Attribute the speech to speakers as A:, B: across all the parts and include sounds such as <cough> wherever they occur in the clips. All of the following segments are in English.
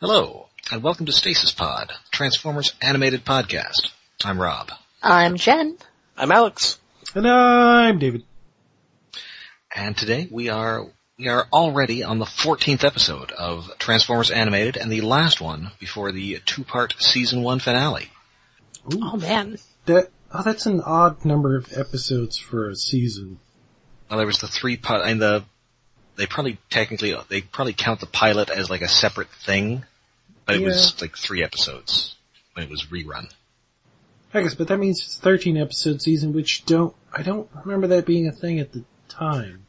A: Hello, and welcome to Stasis Pod, Transformers Animated Podcast. I'm Rob.
B: I'm Jen.
C: I'm Alex.
D: And I'm David.
A: And today we are we are already on the 14th episode of Transformers Animated and the last one before the two-part season 1 finale.
B: Oh man.
D: That oh, that's an odd number of episodes for a season.
A: Now there was the three part and the they probably technically they probably count the pilot as like a separate thing, but it was like 3 episodes when it was rerun.
D: I guess, but that means it's a thirteen episode season, which don't I don't remember that being a thing at the time.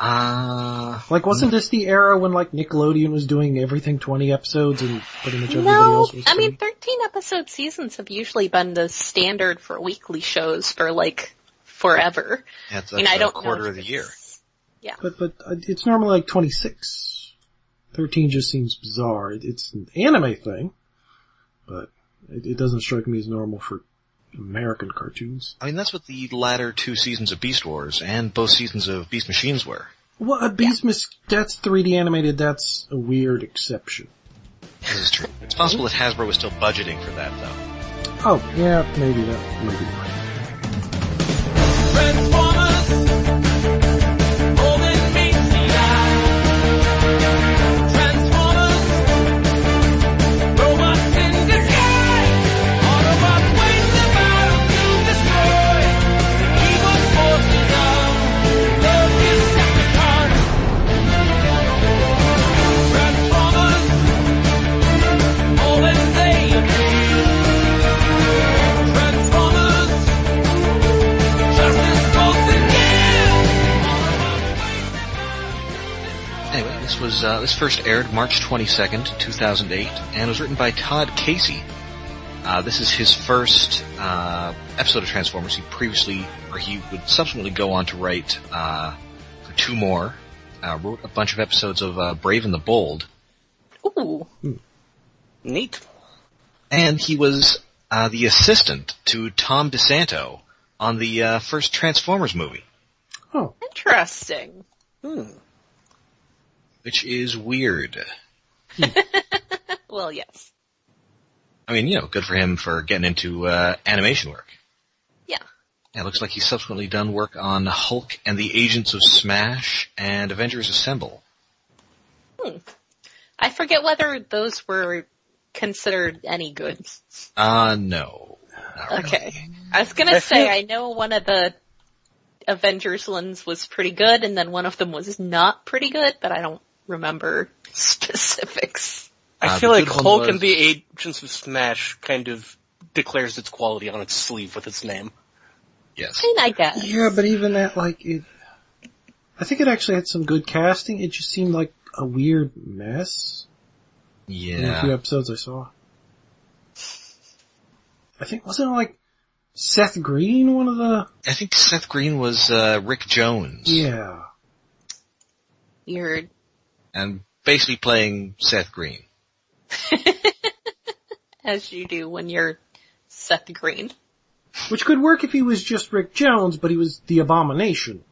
A: Uh
D: Like, wasn't this the era when like Nickelodeon was doing everything twenty episodes and pretty much everybody
B: No,
D: else was?
B: I mean
D: doing-
B: 13 episode seasons have usually been the standard for weekly shows for like forever.
A: that's, that's
B: I mean, I
A: a
B: don't know
A: quarter
B: if
A: of the year.
B: it's-
D: but but uh, it's normally like twenty six. Thirteen just seems bizarre. It, it's an anime thing, but it, it doesn't strike me as normal for American cartoons.
A: I mean, that's what the latter two seasons of Beast Wars and both seasons of Beast Machines were.
D: Well, a Beast Mis- that's 3D animated, that's a weird exception.
A: This is true. It's possible that Hasbro was still budgeting for that, though.
D: Oh, yeah, maybe that, maybe not.
E: Transformers, golden meets the eye. Transformers, robots in disguise. Autobots wage the battle to destroy the evil forces of the Decepticons. Transformers, all that they need. Transformers. Justice goes again!
A: Anyway, this was uh, this first aired March 22nd, 2008, and was written by Todd Casey. Uh, this is his first uh, episode of Transformers. He previously, or he would subsequently go on to write uh, for two more. Uh, wrote a bunch of episodes of uh, Brave and the Bold,
B: Ooh.
C: Neat.
A: and he was uh, the assistant to Tom DeSanto on the uh, first Transformers movie.
D: Oh,
B: Interesting.
C: Hmm.
A: which is weird.
B: Well, yes.
A: I mean, you know, good for him for getting into uh, animation work.
B: Yeah.
A: Yeah, It looks like he's subsequently done work on Hulk and the Agents of Smash and Avengers Assemble.
B: I forget whether those were considered any good.
A: Uh, no. Not really.
B: Okay. I was gonna
C: I
B: say,
C: feel-
B: I know one of the Avengers ones was pretty good and then one of them was not pretty good, but I don't remember specifics.
C: I
A: Uh,
C: feel
A: the
C: like
A: good one
C: Hulk
A: was-
C: and Ah, the Agents of Smash kind of declares its quality on its sleeve with its name.
A: Yes.
B: I mean, I guess.
D: yeah, but even that, like, it, I think it actually had some good casting, it just seemed like a weird mess in the few
A: Yeah.
D: episodes I saw. I think, wasn't it like Seth Green one of the,
A: I think Seth Green was uh, Rick Jones.
D: yeah.
B: Weird.
A: And basically playing Seth Green.
B: as you do when you're Seth Green.
D: Which could work if he was just Rick Jones, but he was the abomination.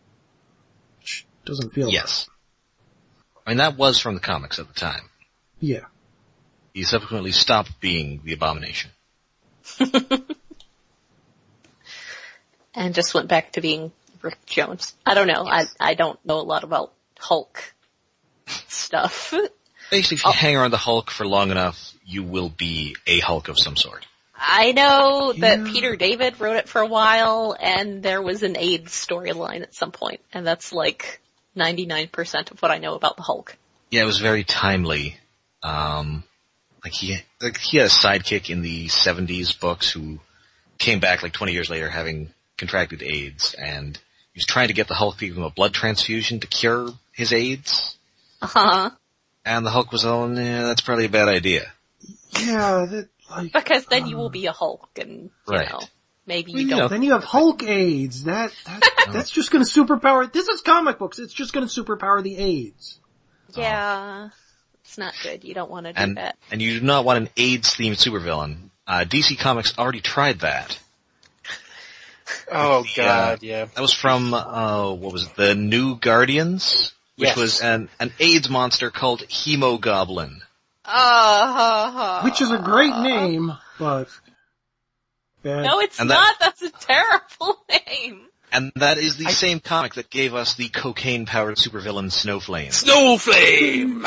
D: Which doesn't feel
A: Yes. I mean, that was from the comics at the time.
D: Yeah.
A: He subsequently stopped being the Abomination.
B: And just went back to being Rick Jones. I don't know. I, I don't know a lot about Hulk stuff.
A: Basically, if you hang around the Hulk for long enough, you will be a Hulk of some sort.
B: I know that
D: Yeah.
B: Peter David wrote it for a while and there was an AIDS storyline at some point and that's like 99% of what I know about the Hulk.
A: Yeah, it was very timely. Um, like he, like he had a sidekick in the '70s books who came back like 20 years later, having contracted AIDS, and he was trying to get the Hulk to give him a blood transfusion to cure his AIDS.
B: Uh-huh.
A: And the Hulk was all, "Nah, that's probably a bad idea."
D: Yeah, that, like,
B: Because then you will be a Hulk and, you
A: Right.
B: know, maybe
A: Well,
B: you
A: you
B: don't.
D: Then you have Hulk AIDS. That,
B: <laughs>
D: that that's just going to superpower. This is comic books. It's just going to superpower the AIDS.
B: Yeah. It's not good. You don't want to do
A: And
B: that.
A: and you do not want an AIDS-themed supervillain. Uh, DC Comics already tried that.
C: Oh
A: God,
C: <laughs> yeah.
A: That was from uh, what was it? The New Guardians, which
C: Yes.
A: was an an AIDS monster called Hemogoblin.
B: Uh,
D: which is a great name, but bad.
B: No, it's
A: And that-
B: not. That's a terrible <laughs> name.
A: And that is the same comic that gave us the cocaine-powered supervillain Snowflame.
C: Snowflame!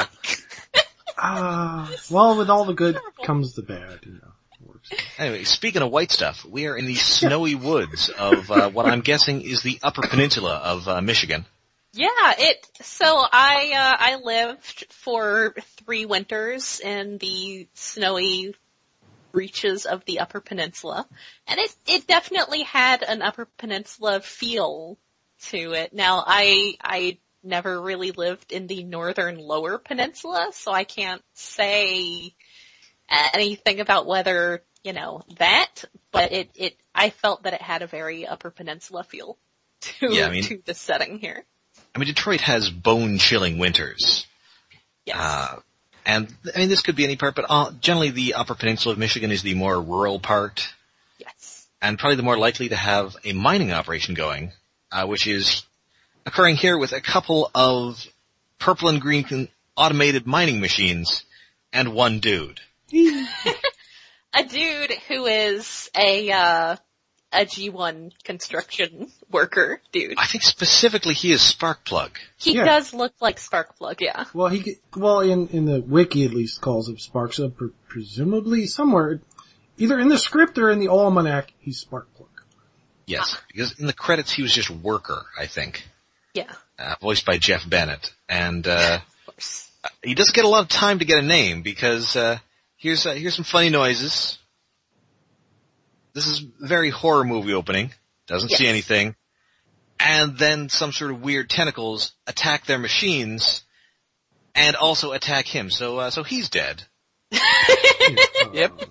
D: Ah, well, with all the good
B: Terrible.
D: comes the bad, you know. Works.
A: Anyway, speaking of white stuff, we are in the snowy woods of uh, what I'm guessing is the Upper Peninsula of uh, Michigan.
B: Yeah, it. So I uh, I lived for three winters in the snowy reaches of the Upper Peninsula, and it it definitely had an Upper Peninsula feel to it. Now I I never really lived in the northern Lower Peninsula, so I can't say anything about whether you know that, but it it I felt that it had a very Upper Peninsula feel to
A: Yeah, I mean-
B: to the setting here.
A: I mean, Detroit has bone-chilling winters.
B: Yeah.
A: Uh, and, I mean, this could be any part, but uh, generally the Upper Peninsula of Michigan is the more rural part,
B: yes.
A: and probably the more likely to have a mining operation going, uh, which is occurring here with a couple of purple and green con- automated mining machines and one dude.
B: A dude who is a uh a G1 construction worker dude.
A: I think specifically he is Sparkplug.
B: He
D: Yeah.
B: does look like Sparkplug, yeah.
D: Well, he get- well in in the wiki at least calls him Sparks, so pre- presumably somewhere, either in the script or in the almanac, he's Sparkplug.
A: Yes, because in the credits he was just worker, I think,
B: Yeah,
A: uh, voiced by Jeff Bennett, and uh,
B: <laughs> of course.
A: he doesn't get a lot of time to get a name because uh, here's uh, here's some funny noises. This is very horror movie opening. Doesn't see
B: Yes.
A: anything, and then some sort of weird tentacles attack their machines, and also attack him. So uh, so he's dead.
C: <laughs> Yep.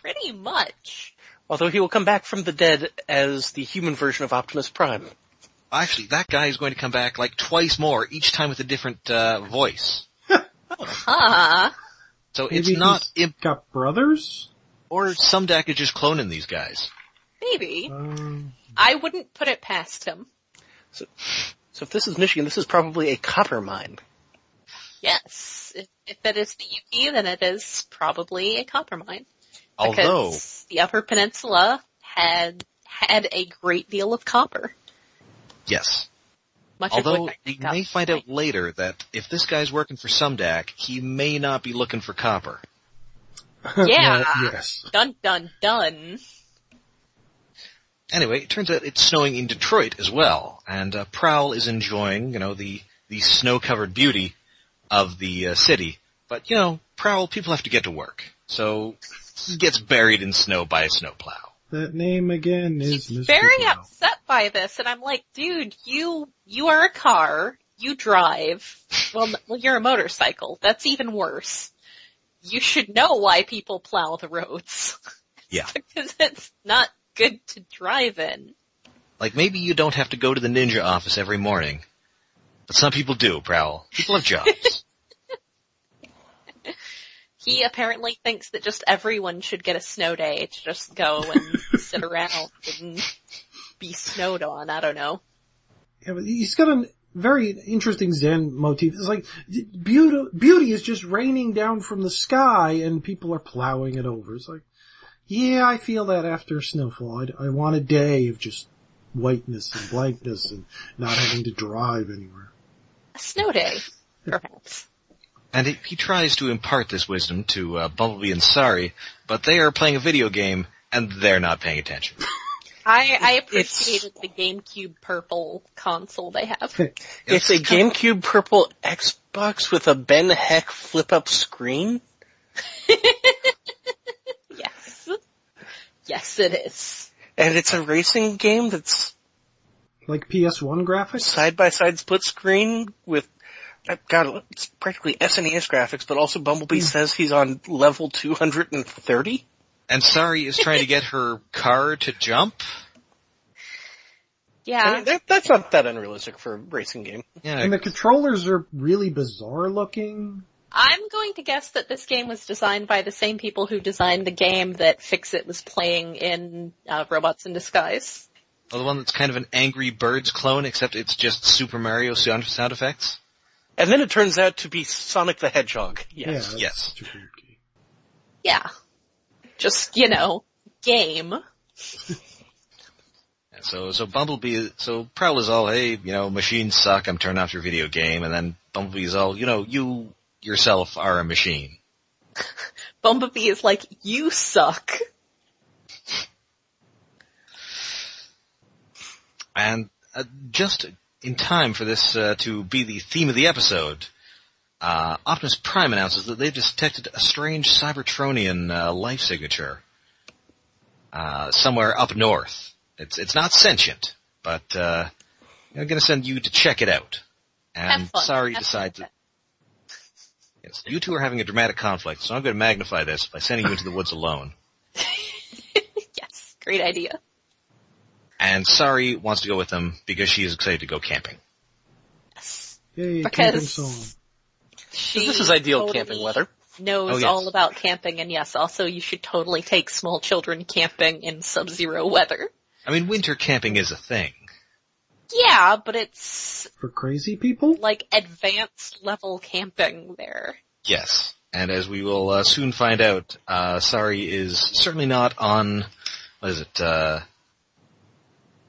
B: Pretty much.
C: Although he will come back from the dead as the human version of Optimus Prime.
A: Actually, that guy is going to come back like twice more, each time with a different uh, voice.
B: Huh.
A: So
D: Maybe
A: it's not
D: he's
A: imp-
D: got
B: <laughs>
D: brothers.
A: or some deck is just cloning these guys.
B: Maybe.
D: Um,
B: I wouldn't put it past him.
C: So if this is Michigan, this is probably a copper mine.
B: Yes. If, if it is the UP, then it is probably a copper mine.
A: Although
B: Because the Upper Peninsula had had a great deal of copper.
A: yes,
B: Much of
A: Although
B: which I
A: you
B: think got
A: may find out later that if this guy's working for Sumdac, he may not be looking for copper. <laughs>
B: Yeah.
D: well, <laughs> yes.
B: Dun dun dun.
A: Anyway, it turns out it's snowing in Detroit as well, and uh, Prowl is enjoying, you know, the the snow-covered beauty of the uh, city. But you know, Prowl, people have to get to work, so he gets buried in snow by a snowplow.
D: That name again is Mr.
B: Very
D: Brown.
B: upset by this, and I'm like, dude, you you are a car, you drive. Well, n- well, you're a motorcycle. That's even worse. You should know why people plow the roads <laughs>
A: Yeah,
B: because it's not good to drive in.
A: like maybe you don't have to go to the ninja office every morning, but some people do. Prowl, people have jobs.
B: He apparently thinks that just everyone should get a snow day to just go and sit around and be snowed on. I don't know.
D: Yeah, but he's got a very interesting Zen motif. It's like beauty, beauty is just raining down from the sky, and people are plowing it over. It's like, yeah, I feel that after a snowfall. I'd- I, want a day of just whiteness and blankness, and not having to drive anywhere.
B: A snow day, perhaps.
A: And he, he tries to impart this wisdom to uh, Bumblebee and Sari, but they are playing a video game and they're not paying attention.
B: I, I appreciated the GameCube purple console they have.
C: It's, a GameCube purple Xbox with a Ben Heck flip-up screen?
B: Yes. Yes, it is.
C: And it's a racing game that's
D: Like PS1 graphics.
C: side-by-side split screen with, uh, God, it's practically SNES graphics, but also Bumblebee
A: Hmm.
C: says he's on level 230?
A: And Sari is trying to get her car to jump.
C: I
B: Yeah.
C: mean, that, that's not that unrealistic for a racing game.
A: Yeah,
D: And the controllers are really bizarre looking.
B: I'm going to guess that this game was designed by the same people who designed the game that Fix It was playing in uh, Robots in Disguise.
A: well, the one that's kind of an Angry Birds clone, except it's just Super Mario sound, sound effects.
C: And then it turns out to be Sonic the Hedgehog. Yes.
D: Yeah,
A: Yes.
D: that's such a weird game.
B: Yeah. Just, you know, game.
A: So, so Bumblebee, so Prowl is all, hey, you know, machines suck, I'm turning off your video game, and then Bumblebee's all, you know, you yourself are a machine.
B: Bumblebee is like, you suck.
A: And uh, just in time for this uh, to be the theme of the episode, uh, Optimus Prime announces that they've detected a strange Cybertronian uh, life signature uh, somewhere up north. It's it's not sentient, but uh, I'm going to send you to check it out. And
B: Have fun.
A: sorry,
B: Have fun
A: decide
B: with
A: to.
B: it.
A: Yes, you two are having a dramatic conflict, so I'm going to magnify this by sending you into the woods alone.
B: Yes, great idea.
A: And Sari wants to go with them because she is excited to go camping.
B: Yes.
D: Yay, camping
B: Because-
D: song.
B: She
C: This is ideal
B: totally
C: camping weather.
B: Knows
A: Oh, yes.
B: all about camping and yes, also you should totally take small children camping in sub-zero weather.
A: I mean, winter camping is a thing.
B: Yeah, but it's
D: For crazy people?
B: like advanced level camping there.
A: Yes. And as we will uh, soon find out, uh, Sari is certainly not on, what is it, uh,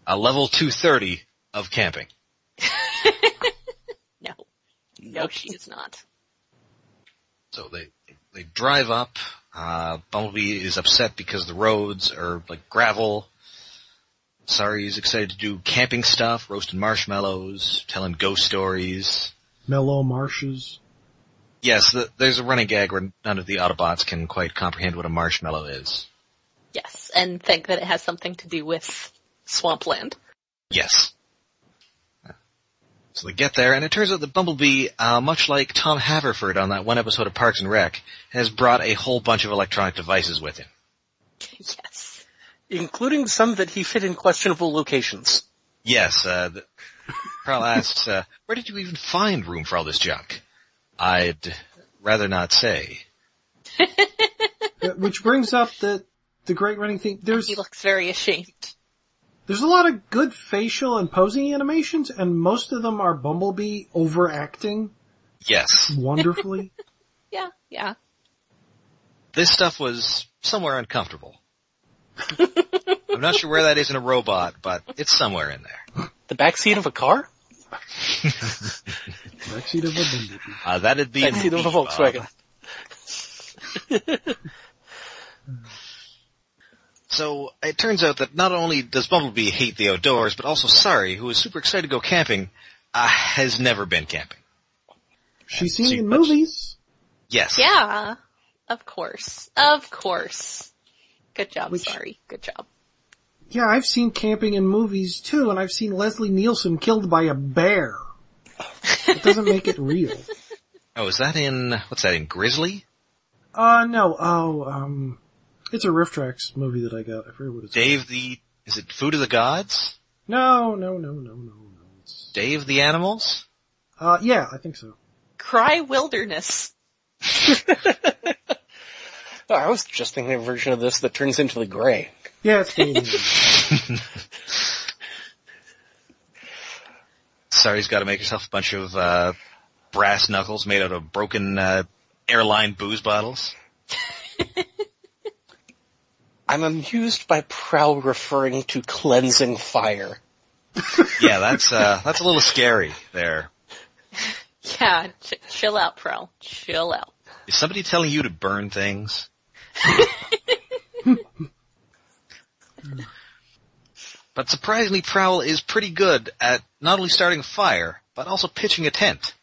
A: a level 230 of camping.
B: No. No,
C: Nope.
B: she is not.
A: So they, they drive up, uh, Bumblebee is upset because the roads are like gravel. Sari is excited to do camping stuff, roasting marshmallows, telling ghost stories.
D: Mellow marshes.
A: Yes, the, there's a running gag where none of the Autobots can quite comprehend what a marshmallow is.
B: Yes, and think that it has something to do with swampland.
A: Yes. So they get there, and it turns out that Bumblebee, uh, much like Tom Haverford on that one episode of Parks and Rec, has brought a whole bunch of electronic devices with him.
B: Yes.
C: Including some that he fit in questionable locations.
A: Yes, uh, the, Carl asks, uh, where did you even find room for all this junk? I'd rather not say.
D: Uh, Which brings up the, the great running thing. There's,
B: He looks very ashamed.
D: there's a lot of good facial and posing animations and most of them are Bumblebee overacting
A: Yes.
D: wonderfully.
B: Yeah, yeah.
A: This stuff was somewhere
C: <laughs>
A: uncomfortable. I'm not sure where that is in a robot, but it's somewhere in there.
C: The backseat of a car?
D: Backseat of a Bumblebee.
A: Uh, that'd be in
C: Backseat of a
A: Beach,
C: Volkswagen.
A: Bob. So it turns out that not only does Bumblebee hate the outdoors, but also Sari, who is super excited to go camping, uh, has never been camping.
D: She's seen
A: see,
D: in
A: but-
D: movies,
A: Yes.
B: Yeah, of course. Of course. Good job,
D: Which-
B: sorry. Good job.
D: Yeah, I've seen camping in movies too, and I've seen Leslie Nielsen killed by a bear. That doesn't make it real.
A: Oh, is that in what's that in Grizzly?
D: Uh, no, oh, um, it's a Rift Tracks movie that I got. I forget what it's called.
A: Dave the is it Food of the Gods?
D: No, no, no, no, no, no. It's,
A: Dave the Animals?
D: uh, yeah, I think so.
B: Cry Wilderness.
C: Oh, I was just thinking of a version of this that turns into the gray.
D: Yeah, it's Dave.
A: Sari's got to make herself a bunch of uh, brass knuckles made out of broken uh, airline booze bottles.
C: I'm amused by Prowl referring to cleansing fire.
A: Yeah, that's uh, that's a little scary there.
B: Yeah, ch- chill out, Prowl. Chill out.
A: Is somebody telling you to burn things? but surprisingly, Prowl is pretty good at not only starting a fire, but also pitching a tent.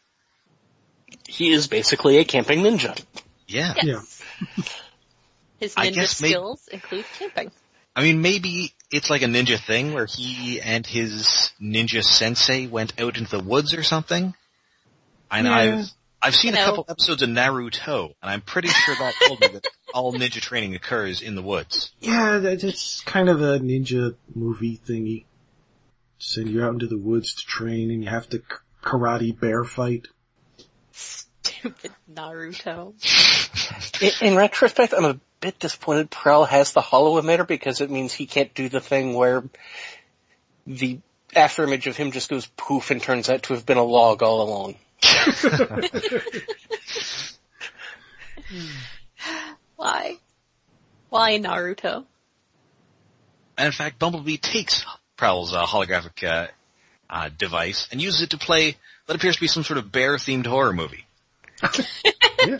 C: He is basically a camping ninja.
A: Yeah.
B: Yes.
D: Yeah.
B: His
A: I
B: ninja
A: guess may-
B: skills include camping.
A: I mean, maybe it's like a ninja thing where he and his ninja sensei went out into the woods or something. And
D: Yeah.
A: I've, I've seen
B: You
A: a
B: know.
A: couple episodes of Naruto, and I'm pretty sure that told me that all ninja training occurs in the woods.
D: yeah, that, it's kind of a ninja movie thingy. Send you out into the woods to train and you have to k- karate bear fight.
B: Stupid Naruto.
C: In, in retrospect, I'm a bit disappointed Prowl has the hollow emitter because it means he can't do the thing where the after image of him just goes poof and turns out to have been a log all along.
B: Why? Why Naruto?
A: And in fact, Bumblebee takes Prowl's uh, holographic uh, uh, device and uses it to play what appears to be some sort of bear-themed horror movie.
D: Yeah.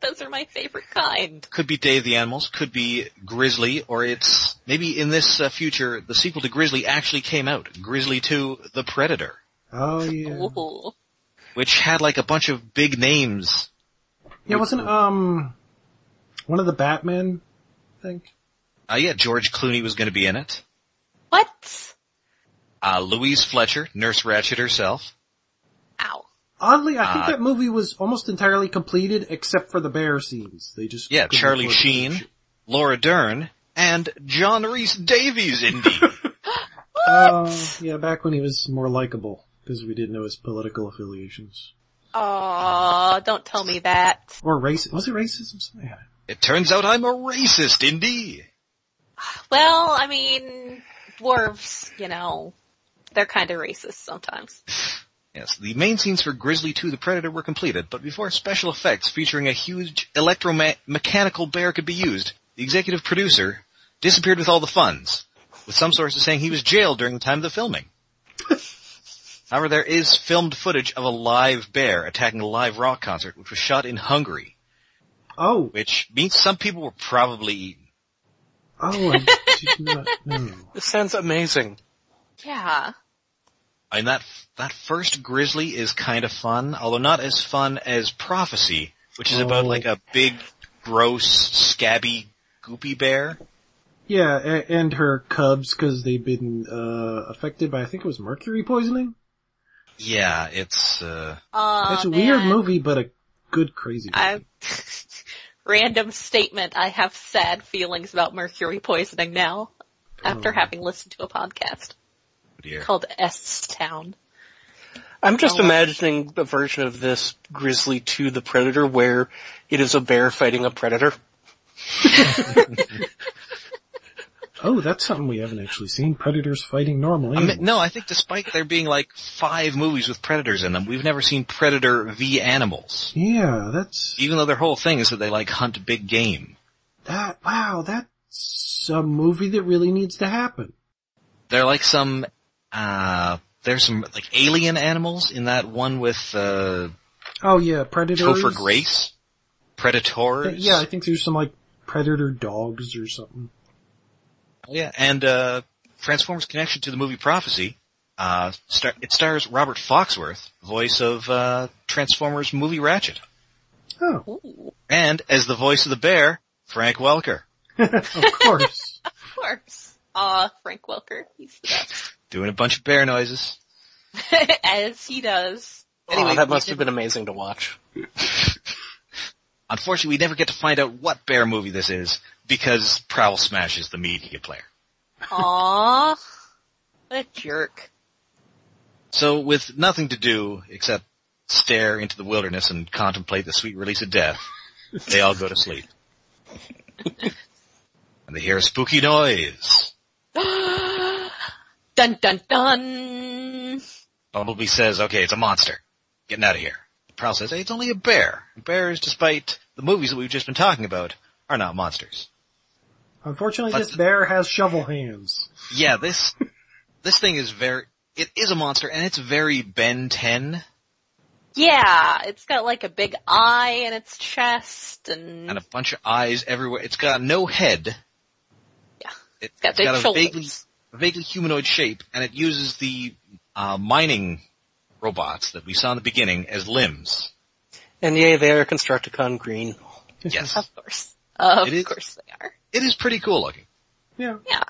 B: Those are my favorite kind.
A: Could be Day of the Animals, could be Grizzly, or it's maybe in this uh, future the sequel to Grizzly actually came out, Grizzly 2: The Predator,
D: Oh yeah.
B: Ooh.
A: which had like a bunch of big names.
D: Yeah, wasn't um one of the Batman I think?
A: Uh, yeah, George Clooney was going to be in it.
B: What?
A: Uh, Louise Fletcher, Nurse Ratchet herself.
B: Ow.
D: Oddly, I think
A: Uh,
D: that movie was almost entirely completed except for the bear scenes. They just
A: Yeah,
D: couldn't
A: Charlie
D: afford to finish
A: Sheen, Laura Dern, and John Reese Davies indeed.
D: it. Uh, yeah, back when he was more likable because we didn't know his political affiliations
B: Aw, don't tell me that.
D: or race. Was it racism? Something. Yeah.
A: it turns out I'm a racist indeed.
B: Well, I mean, dwarves, you know, they're kind of racist sometimes.
A: Yes, the main scenes for Grizzly 2 The Predator were completed, but before special effects featuring a huge electromechanical bear could be used, the executive producer disappeared with all the funds, with some sources saying he was jailed during the time of the filming. However, there is filmed footage of a live bear attacking a live rock concert, which was shot in Hungary,
D: Oh,
A: which means some people were probably eaten.
D: oh, I
A: <laughs>
D: did not know.
C: This sounds amazing.
B: Yeah.
A: And that, that first Grizzly is kind of fun, although not as fun as Prophecy, which is about
D: Oh.
A: like a big, gross, scabby, goopy bear.
D: Yeah, a- and her cubs because they've been uh affected by I think it was mercury poisoning.
A: Yeah, it's, uh,
B: Aw,
D: It's a weird
B: man.
D: movie, but a good crazy. Movie.
B: I, <laughs> random statement. I have sad feelings about mercury poisoning now after
D: Oh.
B: having listened to a podcast
A: oh dear.
B: called S Town.
C: I'm just
B: Oh, wow.
C: imagining a version of this Grizzly to the Predator where it is a bear fighting a predator.
D: Oh, that's something we haven't actually seen. Predators fighting normal
A: I
D: animals.
A: mean, no, I think despite there being like five movies with predators in them, we've never seen Predator v Animals.
D: Yeah, that's
A: Even though their whole thing is that they like hunt big game.
D: that. Wow, that's a movie that really needs to happen.
A: They're like some, uh, there's some like alien animals in that one with, uh,
D: Oh yeah, predators.
A: Topher Grace. Predators.
D: Yeah, I think there's some like predator dogs or something.
A: Oh, yeah, and uh, Transformers connection to the movie Prophecy. Uh, star- it stars Robert Foxworth, voice of uh, Transformers movie Ratchet,
D: Oh,
B: Ooh,
A: and as the voice of the bear, Frank Welker,
B: <laughs>
D: of course.
B: of course. Aw, Frank Welker. He's the best.
A: doing a bunch of bear noises.
B: As he does.
C: Aw,
A: <laughs>
C: Oh, that must have been amazing to watch.
A: Unfortunately, we never get to find out what bear movie this is because Prowl smashes the media player.
B: Aw. What a jerk.
A: So, with nothing to do except stare into the wilderness and contemplate the sweet release of death, they all go to sleep. <laughs> and they hear a spooky noise.
B: Dun dun dun.
A: Bumblebee says, okay, it's a monster. Getting out of here. Prowl says, hey, it's only a bear. Bears, despite the movies that we've just been talking about, are not monsters.
D: Unfortunately,
A: But-
D: this bear has shovel hands.
A: Yeah, this, this thing is very, it is a monster and it's very Ben 10
B: Yeah, it's got like a big eye in its chest and
A: and a bunch of eyes everywhere. It's got no head.
B: Yeah.
A: It,
B: it's got big
A: a
B: shoulders.
A: vaguely, vaguely humanoid shape and it uses the, uh, mining robots that we saw in the beginning as limbs.
C: And yay, they are Constructicon Green.
A: Yes.
B: Of course. Of
A: It is-
B: course they are.
A: it is pretty cool looking.
D: Yeah.
B: Yeah.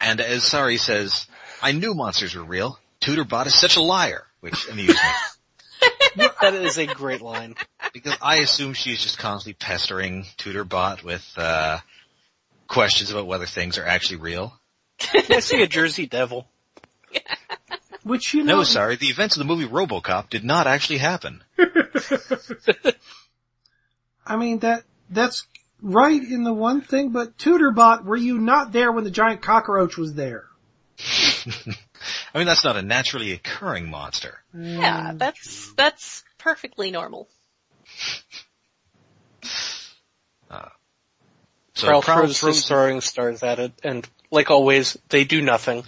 A: And as Sari says, I knew monsters were real. Tudorbot is such a liar, which amused <laughs> me.
C: <laughs> That is a great line.
A: because I assume she's just constantly pestering Tudorbot with, uh, questions about whether things are actually real.
C: I see a Jersey Devil.
D: Which you know,
A: No, sorry, the events of the movie Robocop did not actually happen.
D: I mean that that's right in the one thing. But Tudorbot, were you not there when the giant cockroach was there?
A: I I mean, that's not a naturally occurring monster.
B: Yeah,
D: Mm.
B: that's, that's perfectly normal.
A: So Prowl
C: Prowl throws
A: throws-
C: his throwing stars at it, and like always, they do nothing.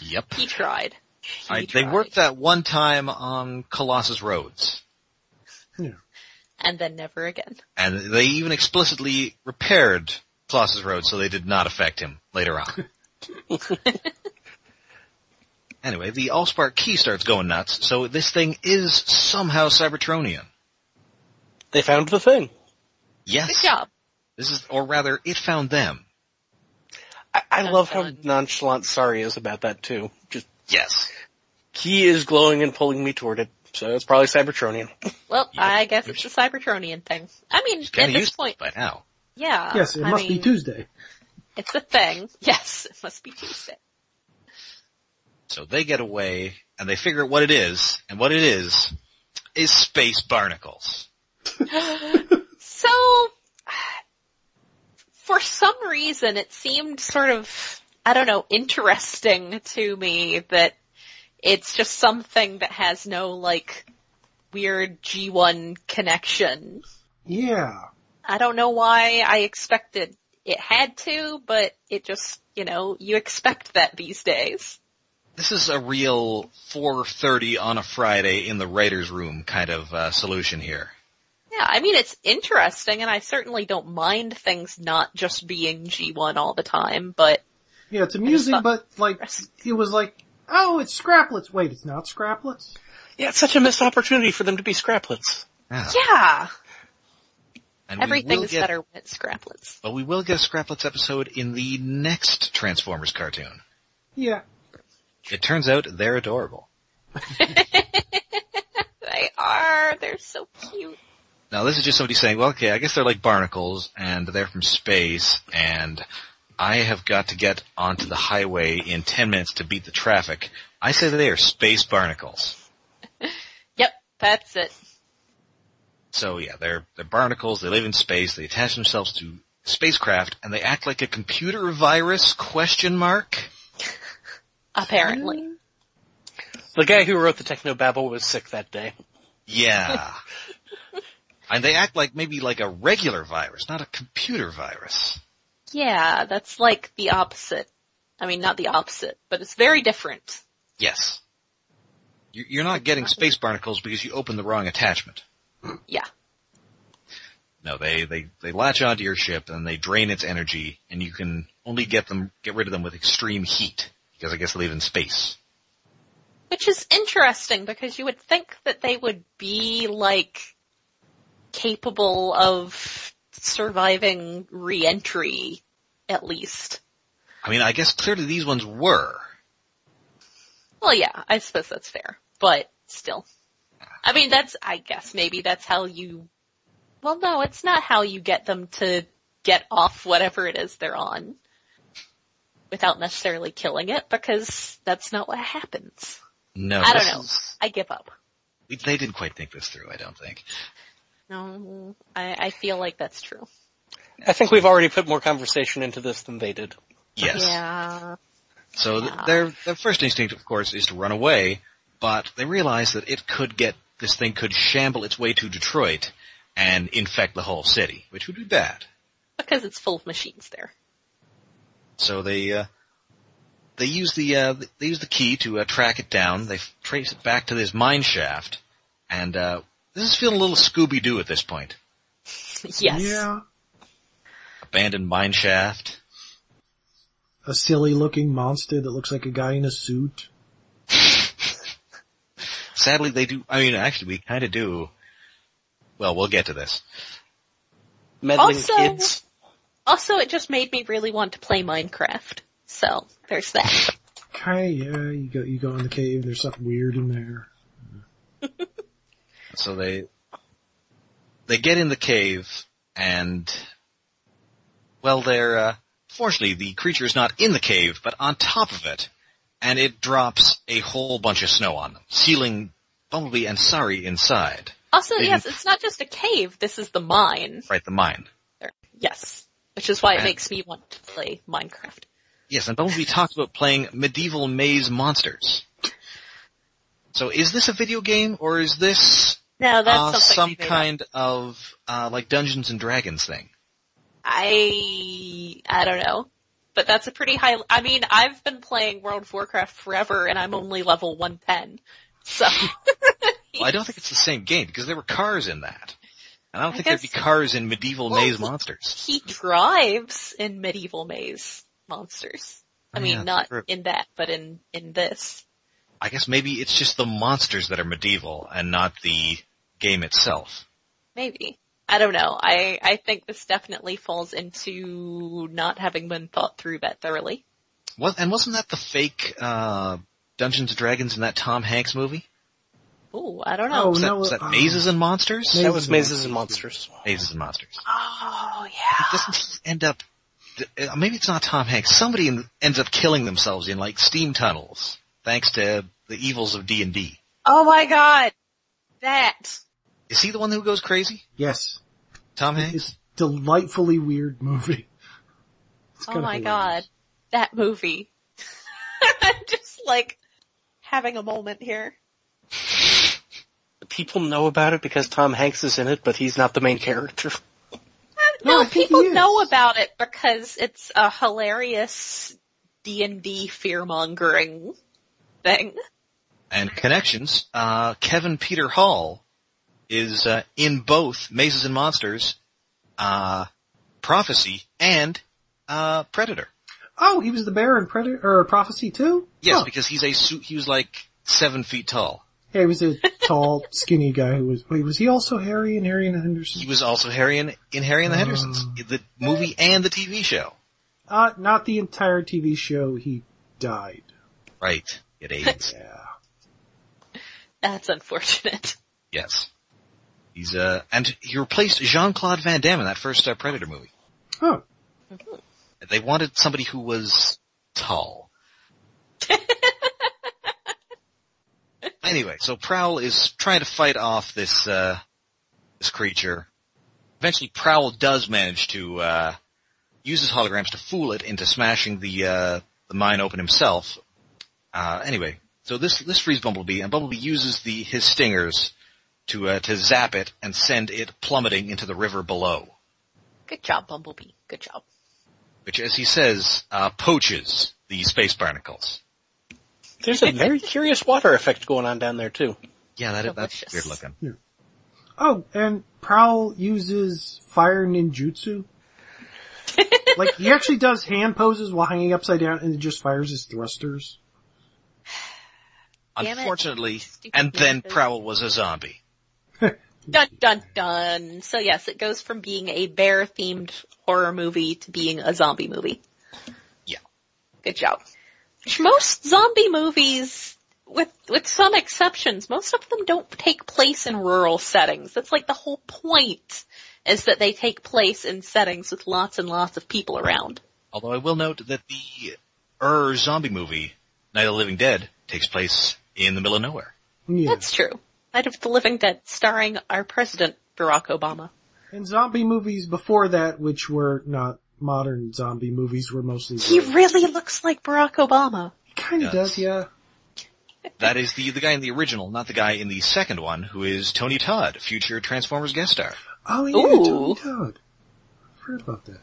A: Yep.
B: He tried. He
A: I, they
B: tried.
A: worked that one time on Colossus Roads.
B: And then never again.
A: And they even explicitly repaired Colossus Road so they did not affect him later on.
B: <laughs>
A: anyway, the Allspark key starts going nuts, so this thing is somehow Cybertronian.
C: They found the thing.
A: Yes.
B: Good job.
A: This is, or rather, it found them.
C: I, I
B: Dun,
C: love how
B: dun.
C: nonchalant Sari is about that too. Just
A: Yes.
C: he is glowing and pulling me toward it, so it's probably Cybertronian.
B: Well,
A: Yeah.
B: I guess it's a Cybertronian thing. I mean, at
A: Kinda
B: this
A: used to
B: point,
A: it by now.
B: yeah.
D: yes, it
B: Uh, I
D: must be
B: mean,
D: Tuesday.
B: It's a thing. <laughs> Yes, it must be Tuesday.
A: So they get away, and they figure out what it is, and what it is, is space barnacles.
B: So, for some reason, it seemed sort of, I don't know, interesting to me that it's just something that has no like weird G1 connection.
D: Yeah.
B: I don't know why I expected it had to, but it just, you know, you expect that these days.
A: This is a real 4.30 on a Friday in the writer's room kind of uh, solution here.
B: Yeah, I mean it's interesting and I certainly don't mind things not just being G1 all the time, but
D: Yeah, it's amusing,
B: thought-
D: but like, it was like, oh, it's Scraplets. Wait, it's not Scraplets?
C: Yeah, it's such a missed opportunity for them to be scraplets.
A: Yeah.
B: yeah,
A: And we will
B: everything's
A: get-
B: better when it's scraplets.
A: But we will get a Scraplets episode in the next Transformers cartoon.
D: Yeah.
A: It turns out they're adorable.
B: They are, they're so cute.
A: Now this is just somebody saying, well okay, I guess they're like barnacles and they're from space and I have got to get onto the highway in 10 minutes to beat the traffic. I say that they are space barnacles.
B: Yep, that's it.
A: So yeah, they're, they're barnacles, they live in space, they attach themselves to spacecraft and they act like a computer virus question mark.
B: Apparently.
C: The guy who wrote the techno babble was sick that day.
B: <laughs>
A: Yeah. and they act like maybe like a regular virus, not a computer virus.
B: Yeah, that's like the opposite. I mean not the opposite, but it's very different.
A: Yes. You- You're not getting space barnacles because you opened the wrong attachment.
B: Yeah.
A: No, they, they, they latch onto your ship and they drain its energy and you can only get them, get rid of them with extreme heat because I guess they live in space.
B: Which is interesting because you would think that they would be like capable of surviving re-entry at least.
A: I mean, I guess clearly these ones were.
B: Well yeah, I suppose that's fair, but still. I mean that's, I guess maybe that's how you, well no, it's not how you get them to get off whatever it is they're on without necessarily killing it because that's not what happens.
A: No,
B: I
A: this
B: don't know.
A: is-
B: I give up.
A: they didn't quite think this through, I don't think.
B: No, I, I feel like that's true.
C: I think we've already put more conversation into this than they did.
A: Yes.
B: Yeah.
A: So th-
B: Yeah.
A: their their first instinct, of course, is to run away, but they realize that it could get this thing could shamble its way to Detroit and infect the whole city, which would be bad.
B: Because it's full of machines there. <laughs>
A: So they uh, they use the uh, they use the key to uh, track it down. They f- trace it back to this mine shaft, and uh, this is feeling a little Scooby Doo at this point.
B: yes.
D: Yeah.
A: Abandoned mine shaft.
D: A silly looking monster that looks like a guy in a suit.
A: Sadly, they do. I mean, actually, we kind of do. Well, we'll get to this.
C: Meddling
B: Also-
C: kids.
B: Also, it just made me really want to play Minecraft. So, there's that.
D: Okay, yeah, you go, you go in the cave, there's something weird in there.
A: So they they get in the cave and well they're uh, fortunately the creature is not in the cave but on top of it and it drops a whole bunch of snow on them, sealing Bumblebee and Sari inside.
B: Also,
A: Mhm.
B: yes, it's not just a cave, this is the mine.
A: Right, the mine.
B: Yes. Which is why it
A: Yeah.
B: makes me want to play Minecraft.
A: Yes, and Bumblebee talked about playing medieval maze monsters. So is this a video game or is this
B: No, that's
A: uh,
B: something
A: some
B: they made up.
A: kind of uh, like Dungeons and Dragons thing?
B: I I don't know. But that's a pretty high I mean, I've been playing World of Warcraft forever and I'm only level 110. So
A: Well, I don't think it's the same game because there were cars in that, and I don't
B: I
A: think there'd
B: guess-
A: be cars in medieval
B: Well,
A: maze
B: he-
A: monsters.
B: he drives in medieval maze monsters. I mean,
A: Yeah,
B: not
A: true.
B: in that, but in in this.
A: I guess maybe it's just the monsters that are medieval and not the game itself.
B: Maybe. I don't know. I I think this definitely falls into not having been thought through that thoroughly.
A: Was, and wasn't that the fake uh, Dungeons and Dragons in that Tom Hanks movie?
B: Oh, I don't
D: Oh,
B: know.
A: Was that,
D: no,
A: was that
D: uh,
A: Mazes and Monsters?
D: Mazes
C: that was
D: and
C: Mazes and Monsters.
A: Mazes and Monsters.
B: Oh, yeah.
A: Doesn't he end up? uh, Maybe it's not Tom Hanks. Somebody in, ends up killing themselves in like steam tunnels, thanks to the evils of D and D.
B: Oh my god. That.
A: Is he the one who goes crazy?
D: Yes.
A: Tom Hanks.
D: It's delightfully weird movie. <laughs> It's
B: Oh
D: kinda
B: my god.
D: hilarious.
B: That movie. <laughs> Just like having a moment here.
C: People know about it because Tom Hanks is in it, but he's not the main character. <laughs>
D: No,
B: No,
D: I think he
B: people
D: is.
B: know about it because it's a hilarious D&D fear-mongering thing.
A: and connections, uh, Kevin Peter Hall is uh, in both Mazes and Monsters, uh, Prophecy, and uh, Predator.
D: Oh, he was the bear in Predator, or Prophecy too?
A: Yes,
D: Huh.
A: because he's a suit. He was like seven feet tall.
D: Yeah, he was a tall, skinny guy who was, wait, was he also Harry and Harry and
A: He
D: Henderson?
A: was also Harry in, in Harry and the Hendersons, the movie and the TV show.
D: Uh, not the entire TV show, he died.
A: Right, it <laughs> AIDS.
D: Yeah.
B: That's unfortunate. <laughs>
A: yes, he's uh, and he replaced Jean Claude Van Damme in that first uh, Predator movie.
D: Oh.
A: They wanted somebody who was tall. anyway, so Prowl is trying to fight off this uh, this creature. Eventually, Prowl does manage to uh, use his holograms to fool it into smashing the uh, the mine open himself. Uh, anyway, so this this frees Bumblebee, and Bumblebee uses the his stingers to uh, to zap it and send it plummeting into the river below
B: Good job, Bumblebee. Good job.
A: which, as he says, uh, poaches the space barnacles.
C: There's a very curious water effect going on down there too.
A: Yeah, that, that's
B: Delicious.
A: weird looking.
D: Oh, and Prowl uses
B: <laughs>
D: fire ninjutsu. like, he actually does hand poses while hanging upside down and it just fires his thrusters.
B: Damn it.
A: Unfortunately,
B: Stupid
A: and then
B: bitches.
A: Prowl was a zombie.
B: Dun dun dun. So yes, it goes from being a bear themed horror movie to being a zombie movie.
A: Yeah.
B: Good job. Most zombie movies, with, with some exceptions, most of them don't take place in rural settings. That's like the whole point is that they take place in settings with lots and lots of people around.
A: Although I will note that the er zombie movie, Night of the Living Dead, takes place in the middle of nowhere.
B: <laughs>
D: Yeah.
B: That's true. Night of the Living Dead starring our president, Barack Obama.
D: and zombie movies before that, which were not modern zombie movies, were mostly.
B: He really looks like Barack Obama.
D: kind of
A: does.
D: does, yeah.
A: That is the, the guy in the original, not the guy in the second one, who is Tony Todd, future Transformers guest star.
D: Oh yeah,
B: Ooh.
D: Tony Todd. I forgot about that.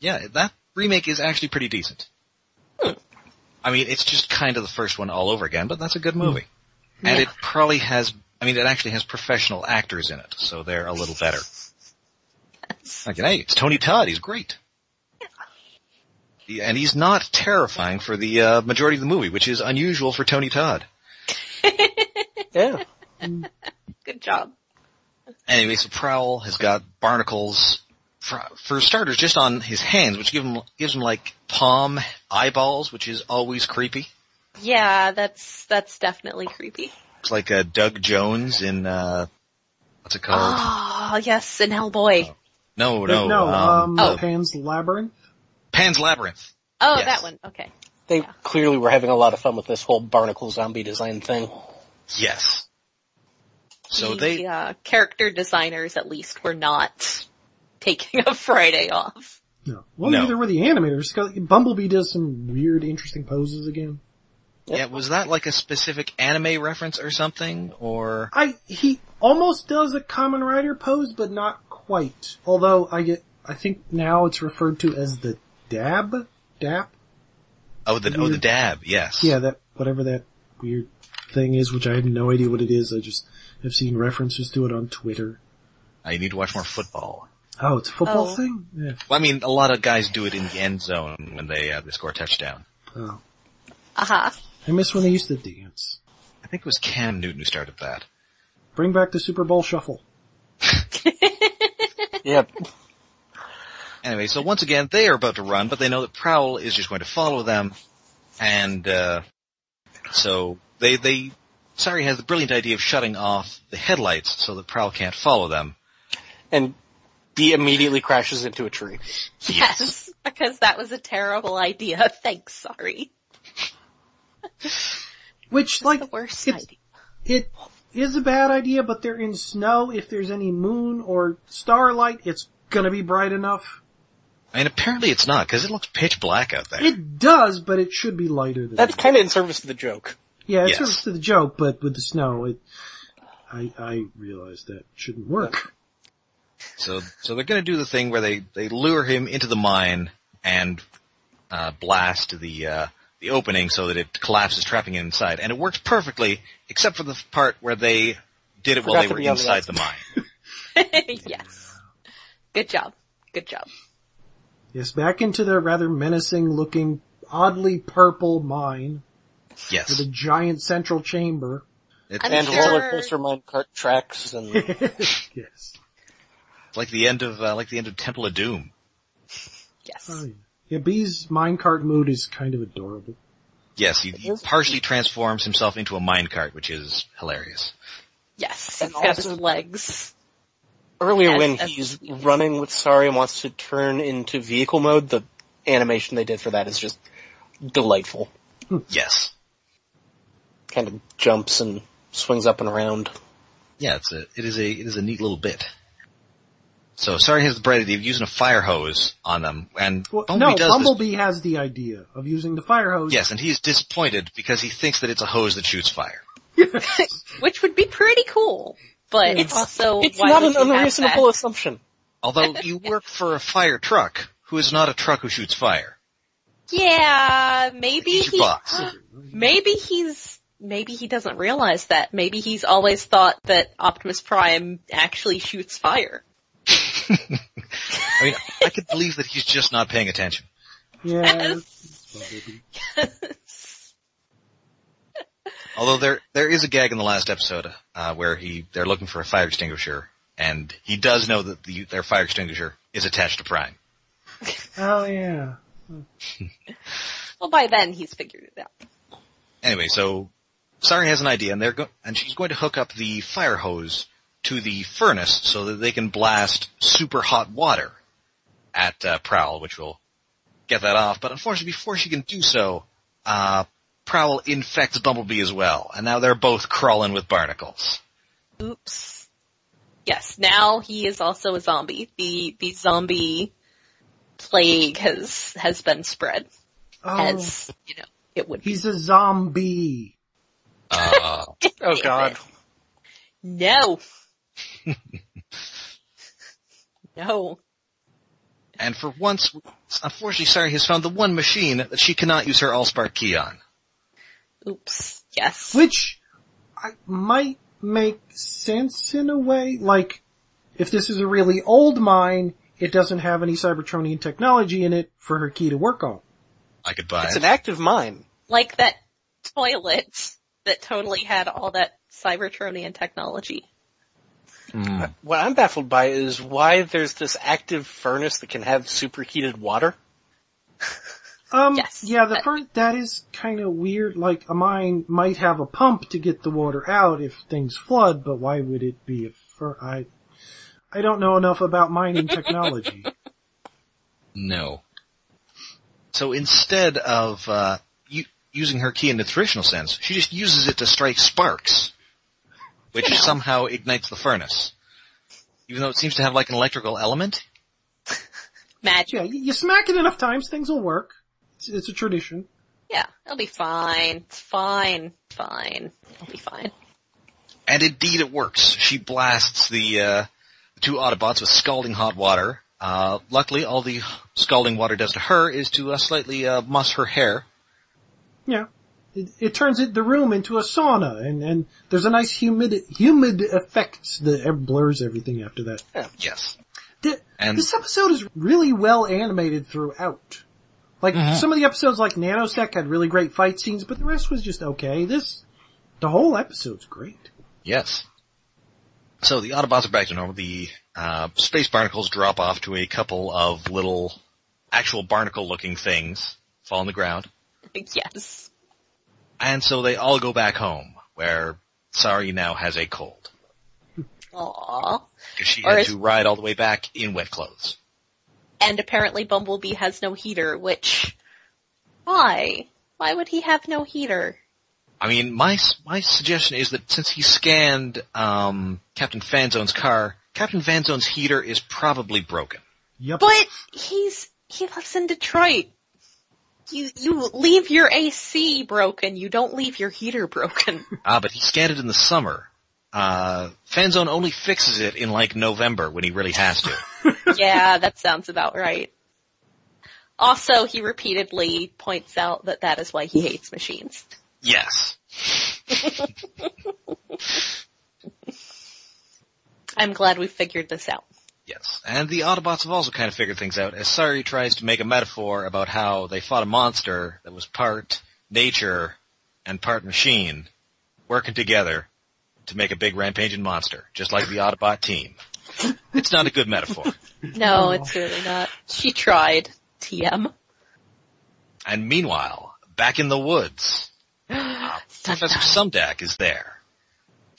A: Yeah, that remake is actually pretty decent. I mean, it's just kind of the first one all over again, but that's a good movie. And it probably has, I mean, it actually has professional actors in it, so they're a little better. Like, hey, it's Tony Todd, he's great. Yeah, And he's not terrifying for the uh, majority of the movie, which is unusual for Tony Todd.
C: Yeah.
B: Good job.
A: Anyway, so Prowl has got barnacles for, for starters just on his hands, which give him gives him like palm eyeballs, which is always creepy.
B: Yeah, that's that's definitely creepy.
A: It's like uh, Doug Jones in uh, what's it called?
B: Oh yes, in
A: uh,
B: Hellboy.
A: no, no,
D: Ah. no,
A: um,
D: um,
B: oh.
D: Pan's Labyrinth.
A: Pan's Labyrinth.
B: Oh,
A: Yes.
B: that one. Okay.
C: They clearly were having a lot of fun with this whole barnacle zombie design thing.
A: Yes. So
B: the,
A: they
B: <laughs> uh, character designers at least were not taking a Friday off.
D: No. Well,
A: No.
D: neither were the animators. 'cause Bumblebee does some weird, interesting poses again.
C: Yep.
A: Yeah, was that like a specific anime reference or something? Or
D: I he almost does a common rider pose, but not quite. Although I get, I think now it's referred to as the dab, dap.
A: oh, the oh the dab, yes.
D: Yeah, that whatever that weird thing is, which I have no idea what it is. I just have seen references to it on Twitter.
A: I need to watch more football.
D: Oh, it's a football
B: Oh.
D: thing. Yeah.
A: Well, I mean, a lot of guys do it in the end zone when they uh, they score a touchdown.
D: Oh,
B: Uh-huh.
D: I miss when they used to dance.
A: I think it was Cam Newton who started that.
D: Bring back the Super Bowl shuffle.
C: Yep.
A: Anyway, so once again, they are about to run, but they know that Prowl is just going to follow them, and uh, so they they Sari has the brilliant idea of shutting off the headlights so that Prowl can't follow them.
C: And B immediately crashes into a tree.
B: Yes. <laughs> Because that was a terrible idea. <laughs> Thanks, sorry.
D: Which, like,
B: The worst
D: it's-
B: idea.
D: it is a bad idea, but they're in snow. If there's any moon or starlight, it's gonna be bright enough.
A: I mean, apparently it's not because it looks pitch black out there.
D: It does, but it should be lighter than
C: That's kind of in service to the joke.
D: Yeah, it
A: Yes.
D: serves to the joke, but with the snow, it, I, I realize that shouldn't work.
A: So, so they're going to do the thing where they they lure him into the mine and uh, blast the uh, the opening so that it collapses, trapping him inside. And it works perfectly, except for the part where they did it
C: Forgot
A: while they
C: to
A: were
C: be on the
A: inside the mine.
B: <laughs> yes. Good job. Good job.
D: Yes, back into the rather menacing looking, oddly purple mine with
A: Yes,
C: <laughs>
D: a giant central chamber.
A: it's
B: I'm
C: And
B: sure-
C: roller coaster mine cart tracks <laughs> and
D: Yes.
A: like the end of uh, like the end of Temple of Doom.
B: Yes.
D: Oh, yeah. yeah, B's minecart mood is kind of adorable.
A: Yes, he, he partially transforms himself into a minecart, which is hilarious.
B: Yes.
C: And
B: He's got his
C: also-
B: legs.
C: earlier
B: Yes,
C: when
B: that's-
C: he's running with Sari and wants to turn into vehicle mode, the animation they did for that is just delightful.
A: Yes,
C: Kind of jumps and swings up and around.
A: yeah, it's a it is a it is a neat little bit. So Sari has the bright idea of using a fire hose on them, and
D: Well,
A: Bumblebee
D: no,
A: does this
D: Bumblebee has the idea of using the fire hose.
A: Yes, and he's disappointed because he thinks that it's a hose that shoots fire.
B: Which would be pretty cool. But
C: It's-
B: also,
C: It's
B: why
C: not
B: would
C: an
B: you have
C: unreasonable
B: that?
C: assumption.
A: Although
D: <laughs>
A: you work for a fire truck, who is not a truck who shoots fire.
B: Yeah, maybe
A: He's
B: he,
A: your box.
B: maybe he's, maybe he doesn't realize that. Maybe he's always thought that Optimus Prime actually shoots fire.
A: I mean, I could believe that he's just not paying attention. <laughs>
D: Yeah. Bumblebee.
A: Although there there is a gag in the last episode uh, where he they're looking for a fire extinguisher, and he does know that the, their fire extinguisher is attached to Prime.
D: Oh yeah.
B: <laughs> Well, by then he's figured it out.
A: Anyway, so Sari has an idea, and they're go- and she's going to hook up the fire hose to the furnace so that they can blast super hot water at uh, Prowl, which will get that off. But unfortunately, before she can do so, uh, Prowl infects Bumblebee as well, and now they're both crawling with barnacles.
B: Oops. Yes, now he is also a zombie. The, the zombie plague has, has been spread.
D: Oh,
B: As, you know, it would be.
D: he's a zombie.
A: Uh,
C: Oh god.
D: <laughs>
B: No. no.
A: and for once, unfortunately, Sari has found the one machine that she cannot use her Allspark key on.
B: Oops. Yes.
D: Which I might make sense in a way. Like, if this is a really old mine, it doesn't have any Cybertronian technology in it for her key to work on.
A: I could buy
C: It's
A: it.
C: an active mine.
B: like that toilet that totally had all that Cybertronian technology.
A: Hmm.
C: What I'm baffled by is why there's this active furnace that can have superheated water.
D: Um,
B: Yes.
D: yeah, the first, that is kind of weird. Like, a mine might have a pump to get the water out if things flood, but why would it be a fur? I, I don't know enough
B: <laughs>
D: about mining technology.
A: No. So instead of uh, u- using her key in the traditional sense, she just uses it to strike sparks, which somehow ignites the furnace. Even though it seems to have like an electrical element,
B: Magic.
D: Yeah, you, you smack it enough times, things will work. It's, it's a tradition.
B: Yeah, it'll be fine. It's fine. Fine. It'll be fine. <laughs>
A: And indeed it works. She blasts the, uh, the two Autobots with scalding hot water. Uh, luckily all the scalding water does to her is to uh, slightly, uh, muss her hair.
D: Yeah. It, it turns it, the room into a sauna, and, and there's a nice humid humid effect that blurs everything after that.
A: Yes.
D: Th-
A: And-
D: this episode is really well animated throughout. Like some of the episodes, like Nanosec, had really great fight scenes, but the rest was just okay. This, the whole episode's great.
A: Yes. So the Autobots are back to normal. The, uh, space barnacles drop off to a couple of little actual barnacle looking things fall on the ground.
B: yes.
A: And so they all go back home where Sari now has a cold.
B: Aww.
A: 'Cause she
B: Or
A: had
B: is-
A: to ride all the way back in wet clothes.
B: And apparently Bumblebee has no heater, which, why? Why would he have no heater?
A: I mean, my my suggestion is that since he scanned um, Captain Fanzone's car, Captain Fanzone's heater is probably broken.
D: Yep.
B: But he's, he lives in Detroit. You, you leave your AC broken, you don't leave your heater broken.
A: Ah, but he scanned it in the summer. Uh, Fanzone only fixes it in like November when he really has to.
B: yeah, that sounds about right. Also, he repeatedly points out that that is why he hates machines.
A: yes.
B: I'm glad we figured this out.
A: Yes. And the Autobots have also kind of figured things out as Sari tries to make a metaphor about how they fought a monster that was part nature and part machine working together to make a big rampaging monster, just like the Autobot team. It's not a good metaphor.
B: No, it's really not. She tried. TM.
A: And meanwhile, back in the woods, uh, Professor Sumdac is there.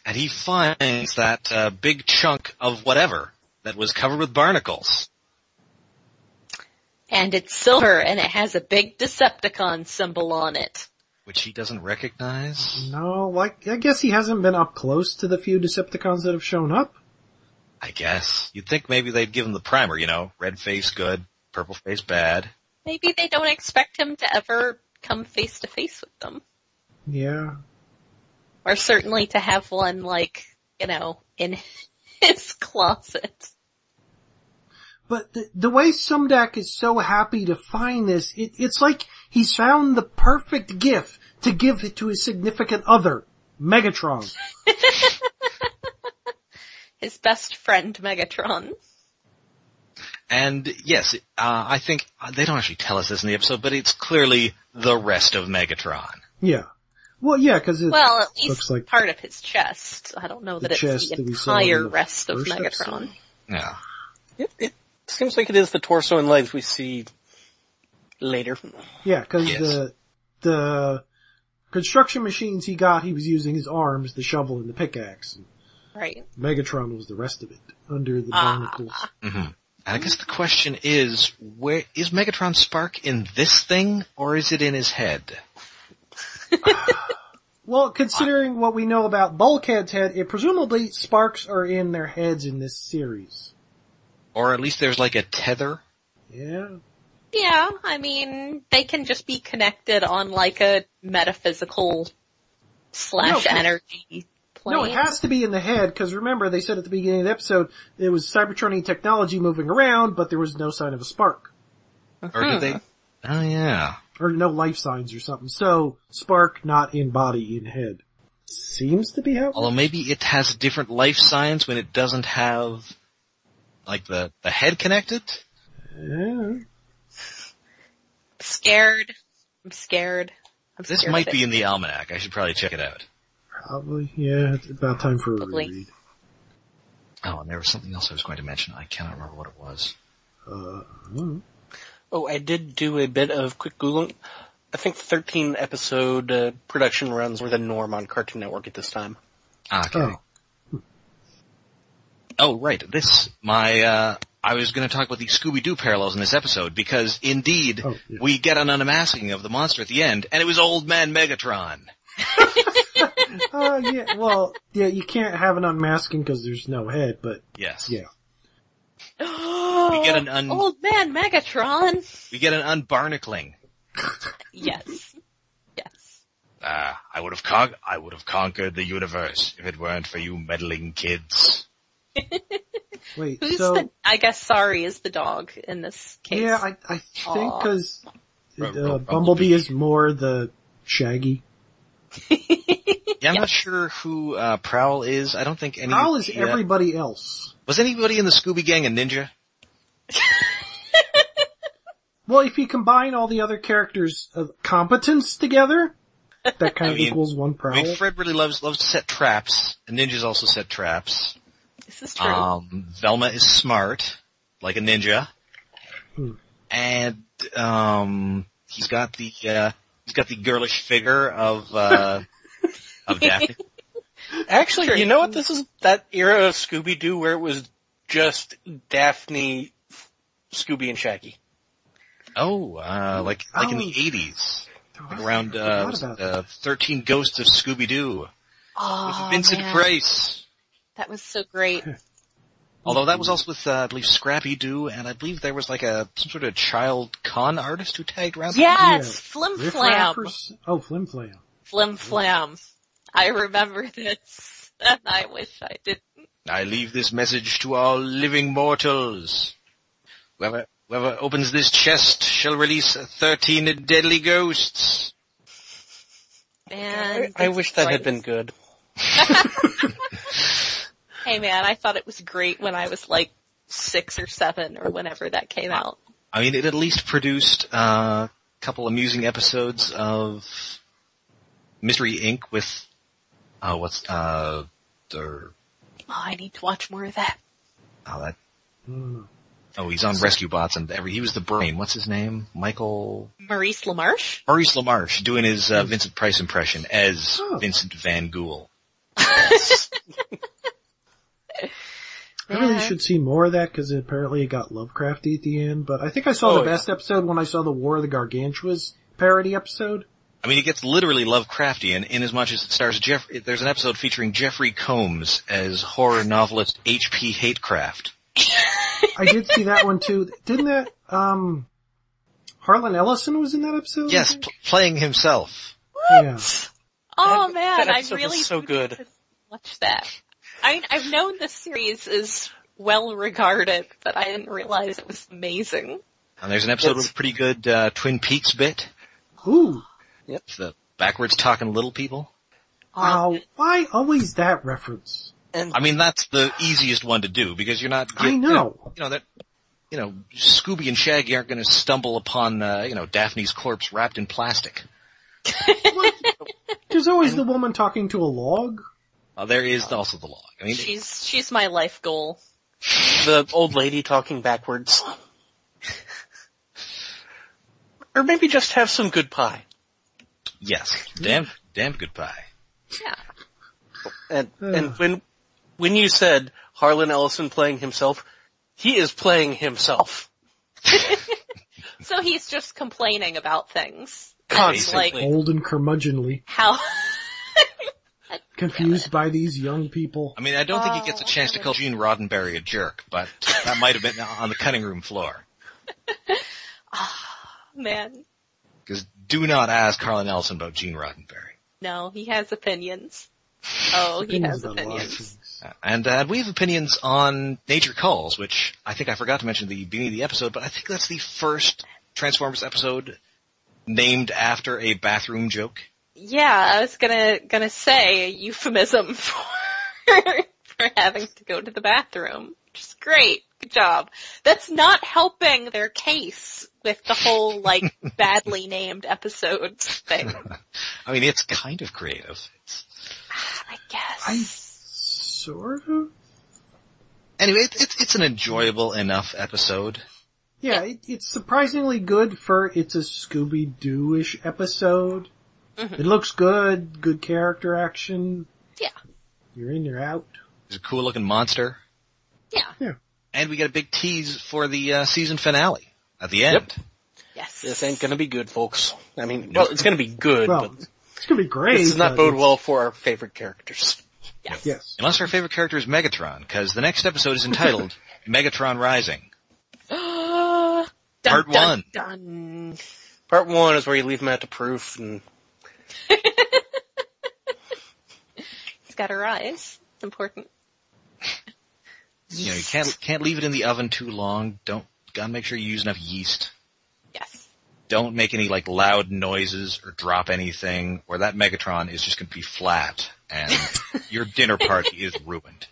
A: And he finds that uh, big chunk of whatever that was covered with barnacles.
B: And it's silver and it has a big Decepticon symbol on it.
A: Which he doesn't recognize?
D: no, like, I guess he hasn't been up close to the few Decepticons that have shown up.
A: I guess. You'd think maybe they'd give him the primer, you know, red face good, purple face bad.
B: Maybe they don't expect him to ever come face to face with them.
D: Yeah.
B: Or certainly to have one like, you know, in <laughs> his closet.
D: But the, the way Sumdak is so happy to find this, it, it's like he's found the perfect gift to give it to his significant other, Megatron.
B: His best friend Megatron.
A: And yes, uh, I think uh, they don't actually tell us this in the episode, but it's clearly the rest of Megatron.
D: Yeah. Well, yeah, cause it's,
B: Well, at
D: Looks
B: least
D: like-
B: part of his chest. I don't know
D: The
B: that it's
D: chest
B: the
D: that we saw in
B: entire
D: the
B: rest of
D: first
B: Megatron.
D: episode.
A: Yeah.
C: It, it seems like it is the torso and legs we see later.
D: yeah, cause
A: Yes.
D: the, the construction machines he got, he was using his arms, the shovel and the pickaxe. And
B: Right.
D: Megatron was the rest of it, under the barnacles.
A: Mm-hmm. And I guess the question is, where is Megatron Spark in this thing, or is it in his head?
D: Well, considering what we know about Bulkhead's head, it presumably sparks are in their heads in this series.
A: Or at least there's like a tether?
D: Yeah.
B: Yeah, I mean, they can just be connected on like a metaphysical slash
D: No, 'cause-
B: energy plane.
D: No, it has to be in the head, because remember they said at the beginning of the episode, it was Cybertronian technology moving around, but there was no sign of a spark.
A: Or do they? Oh yeah.
D: Or no life signs or something. So, spark not in body, in head. Seems to be how-
A: Although maybe it has different life signs when it doesn't have, like the, the head connected?
D: Yeah.
B: scared. I'm scared. I'm
A: This
B: scared
A: might
B: of
A: be
B: it. <gasps>
A: in the almanac. I should probably check it out.
D: Probably, yeah, it's about time for a
B: Probably.
D: reread.
A: Oh, and there was something else I was going to mention. I cannot remember what it was.
D: Uh, I don't know.
C: Oh, I did do a bit of quick Googling. I think 13 episode uh, production runs were the norm on Cartoon Network at this time.
A: Ah, okay.
D: Oh.
A: Oh, right. This, my, uh, I was gonna talk about the Scooby-Doo parallels in this episode because indeed,
D: Oh, yeah. <laughs>
A: we get an unmasking of the monster at the end and it was old man Megatron.
D: Uh, yeah, well, yeah, you can't have an unmasking because there's no head, but
A: Yes.
D: yeah.
A: we get an un-
B: old man Megatron.
A: We get an unbarnacling.
D: <laughs>
B: Yes. Yes.
A: Ah, I would have con- I would have conquered the universe if it weren't for you meddling kids.
D: Wait,
B: Who's
D: so
B: the, I guess sorry is the dog in this case.
D: yeah, I I think
B: Aw.
D: because
A: Ru- ru-
D: uh, Bumblebee
A: Bumblebee.
D: is more the Shaggy.
A: <laughs> Yeah, I'm not sure who uh, Prowl is. I don't think any.
D: Owl is
A: yeah.
D: everybody else.
A: Was anybody in the Scooby Gang a ninja?
D: Well, if you combine all the other characters' uh, competence together,
A: <laughs>
D: that kind
A: I
D: of
A: mean-
D: equals one prowl.
A: I mean, Fred really loves loves to set traps. And ninjas also set traps.
B: this is true.
A: Um, Velma is smart, like a ninja,
D: Hmm.
A: and um, he's got the uh, he's got the girlish figure of
D: <laughs>
A: uh, of Daphne.
C: Actually,
B: Sure.
C: you know what? This is that era of Scooby Doo where it was just Daphne, Scooby, and Shaggy.
A: Oh, uh, like like in
D: Oh.
A: the eighties,
D: There was-
A: around
D: I
A: uh,
D: forgot about that.
A: uh, Thirteen Ghosts of Scooby Doo with
B: Aw,
A: Vincent
B: Oh, man.
A: Price.
B: That was so great.
A: Although that was also with uh, I believe Scrappy Doo, and I believe there was like a some sort of child con artist who tagged around.
B: Yes, flim
D: Riff
B: flam.
D: Raffers- Oh, Flim Flam.
B: Flim flam. I remember this. <laughs> And I wish I didn't.
A: I leave this message to all living mortals. Whoever whoever opens this chest shall release thirteen deadly ghosts.
B: Man,
C: I, I wish that had been
B: Christ.
C: good.
B: Hey man, I thought it was great when I was like six or seven or whenever that
C: Oh.
B: came out.
A: I mean, it at least produced uh, a couple amusing episodes of Mystery Inc. with uh, what's uh, der,
B: Oh, I need to watch more of that.
A: oh that
D: Hmm.
A: oh he's on Rescue Bots and every he was the brain. What's his name? Michael
B: Maurice LaMarche?
A: Maurice LaMarche doing his uh, Vincent Price impression as
D: Oh.
A: Vincent Van Gool.
D: I really
B: Yeah.
D: should see more of that because apparently it got Lovecrafty at the end. But I think I saw
C: Oh,
D: the
C: yeah.
D: best episode when I saw the War of the Gargantuas parody episode.
A: I mean, it gets literally Lovecraftian in as much as it stars Jeff. There's an episode featuring Jeffrey Combs as horror novelist H.P. Hatecraft.
D: I did see that
B: <laughs>
D: one too. Didn't that um Harlan Ellison was in that episode?
A: Yes,
D: I
A: pl- playing himself.
D: think? Yeah.
B: Oh
C: That-
B: man,
C: that
B: I
C: episode was
B: really
C: so good.
B: watch that. I I've known this series is well regarded, but I didn't realize it was amazing.
A: And there's an episode with a pretty good uh, Twin Peaks bit.
D: Ooh.
A: It's the backwards talking little people.
D: Oh, why always that reference?
C: And
A: I mean, that's the easiest one to do because you're not.
D: I
A: you
D: know.
A: You know that. You know, Scooby and Shaggy aren't going to stumble upon uh, you know Daphne's corpse wrapped in plastic.
B: <laughs>
D: There's always the woman talking to a log.
A: Uh, there is also the log. I mean,
B: She's she's my life goal.
C: the old lady
B: <laughs>
C: talking backwards. or maybe just have some good pie.
A: yes, damn, damn good pie.
B: Yeah.
C: And and when when you said Harlan Ellison playing himself, he is playing himself
B: So he's just complaining about things.
C: constantly.
D: Old and curmudgeonly.
B: How <laughs>
D: Confused by these young people.
A: I mean, I don't think he gets a
B: Oh,
A: chance to call Gene Roddenberry a jerk, but that might have been on the cutting room floor.
B: man.
A: Because do not ask Carlin Ellison about Gene Roddenberry.
B: No, he has opinions. Oh, he has
D: Opinions about a lot of
B: opinions.
D: things.
A: Uh, And uh, we have opinions on Nature Calls, which I think I forgot to mention at the beginning of the episode, but I think that's the first Transformers episode named after a bathroom joke.
B: Yeah, I was gonna gonna say a euphemism <laughs> for for having to go to the bathroom, which is great. Good job. That's not helping their case with the
A: <laughs>
B: whole like badly named episodes thing.
A: I mean, it's kind of creative. It's,
B: I guess.
D: I sort of.
A: anyway, it, it's it's an enjoyable enough episode.
D: Yeah, it, it's surprisingly good for it's a Scooby Doo-ish episode. It looks good, good character action.
B: Yeah.
D: You're in, you're out.
A: It's a cool looking monster.
B: Yeah.
D: Yeah.
A: And we get a big tease for the uh, season finale at the end.
B: Yes.
C: This ain't gonna be good, folks. I mean, well, it's gonna be good,
D: Well,
C: but
D: it's gonna be great.
C: this does not
D: but
C: bode
D: it's-
C: well for our favorite characters.
B: yes.
D: Yes.
A: Unless our favorite character is Megatron, because the next episode is entitled Megatron Rising.
B: <gasps> Dun,
A: Part
B: dun,
A: one.
B: dun.
C: Part one is where you leave them out to proof and
B: It's got her eyes. It's important.
A: You know, you can't can't leave it in the oven too long. Don't gotta make sure you use enough yeast.
B: Yes.
A: Don't make any like loud noises or drop anything, or that Megatron is just gonna be flat and your dinner party is ruined.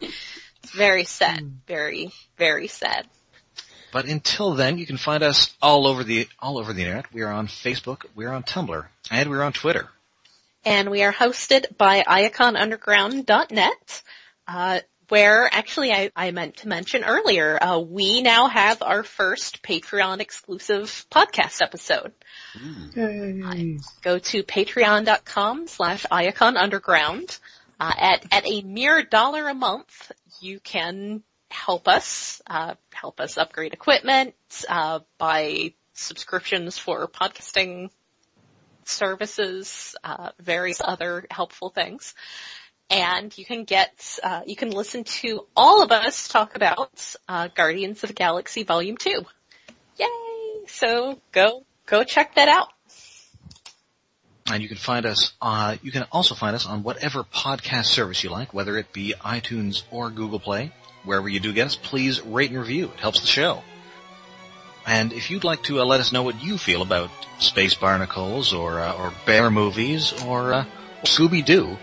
B: It's very sad. Very, very sad.
A: But until then, you can find us all over the all over the internet. We are on Facebook, we are on Tumblr, and we're on Twitter.
B: and we are hosted by iaconunderground.net, uh, where actually I, I meant to mention earlier, uh, we now have our first Patreon exclusive podcast episode.
D: Yay.
B: Go to patreon.com slash iaconunderground. Uh, at, at a mere dollar a month, you can help us, uh, help us upgrade equipment, uh, buy subscriptions for podcasting services, uh, various other helpful things. And you can get, uh, you can listen to all of us talk about uh, Guardians of the Galaxy Volume 2. Yay! So go, go check that out.
A: And you can find us, uh, you can also find us on whatever podcast service you like, whether it be iTunes or Google Play. Wherever you do get us, please rate and review. It helps the show. And if you'd like to uh, let us know what you feel about Space Barnacles or, uh, or Bear movies or, uh, Scooby-Doo,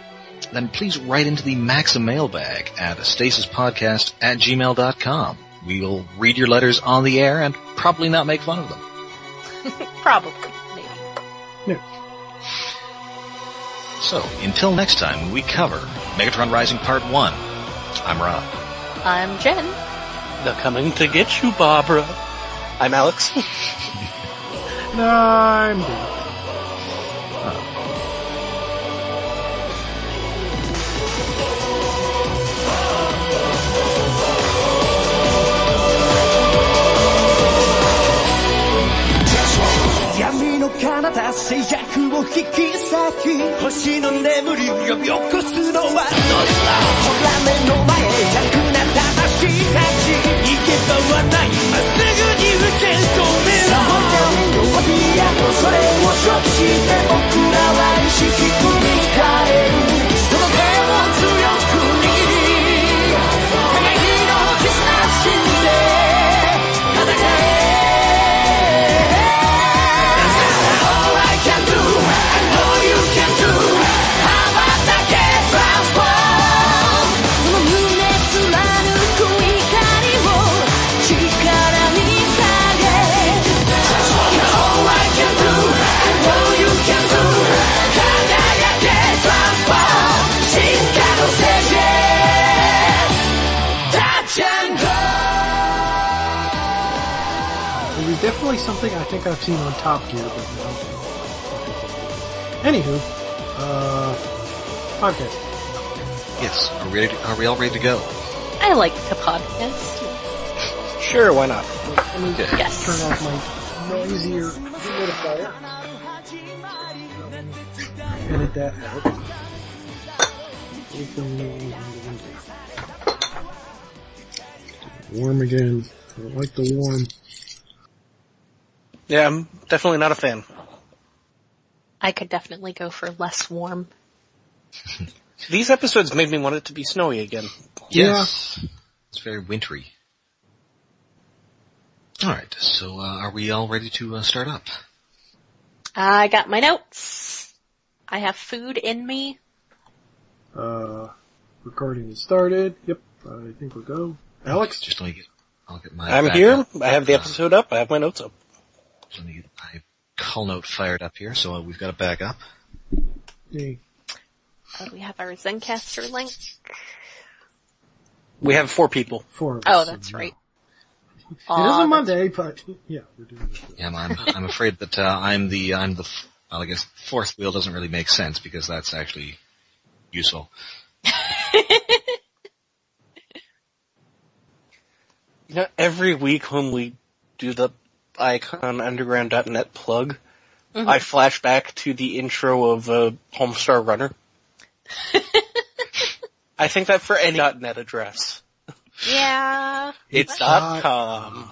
A: then please write into the Maxim mailbag at stasispodcast at gmail.com. We will read your letters on the air and probably not make fun of them.
B: Probably. Maybe.
A: So, until next time, when we cover Megatron Rising Part 1. I'm Rob.
B: I'm Jen.
C: they're coming to get you, Barbara. I'm Alex. <laughs>
D: No, I'm dead.
F: 「闇の彼方制約を引き裂き」「星の眠りを呼び起こすのはどいつだ」「ほら目の前弱な魂たち」「行けばはないまっすぐに受け止めろ」「本当に弱火や恐れを処置して僕らは意識組み換える」「その手を強く握り」「互いの絆信じて戦え」All I can do, I know you can do. How about that get transformed?
G: その胸貫く怒りを力に変え
F: All I can do, I know you can do. 輝け transform. 進化の世界。Touch and go.
D: It was definitely something I think I've seen on Top Gear, but no. Anywho, uh, podcast.
A: Yes, are we, ready to- are we all ready to go?
B: I like to podcast.
C: Sure, why not?
D: Let me
A: Okay.
B: Yes.
D: turn off my noisier humidifier. Edit that out. Warm again. I don't like the warm.
C: Yeah, I'm definitely not a fan.
B: I could definitely go for less warm.
C: These episodes made me want it to be snowy again.
A: Yes. It's very wintry. Alright, so uh, are we all ready to uh, start up?
B: I got my notes. I have food in me.
D: Uh, recording has started. Yep, I think we'll go. Alex?
A: Just let me get, I'll get my...
C: I'm
A: back
C: here.
A: up.
C: I have the episode up. I have my notes up.
A: Let me get my call note fired up here, so uh, we've got it back up.
D: Hey.
B: Uh, we have our Zencaster link.
C: We have four people.
D: Four of
B: Oh,
D: us.
B: that's right.
D: It is
B: Aw,
D: a Monday, but yeah, we're doing it.
A: Yeah, I'm, I'm, I'm afraid that uh, I'm the, I'm the, f- well, I guess fourth wheel doesn't really make sense because that's actually useful.
C: You know, every week when we do the iconunderground.net plug, I flash back to the intro of uh, Homestar Runner. I think that for any .net address.
B: Yeah.
C: It's dot com.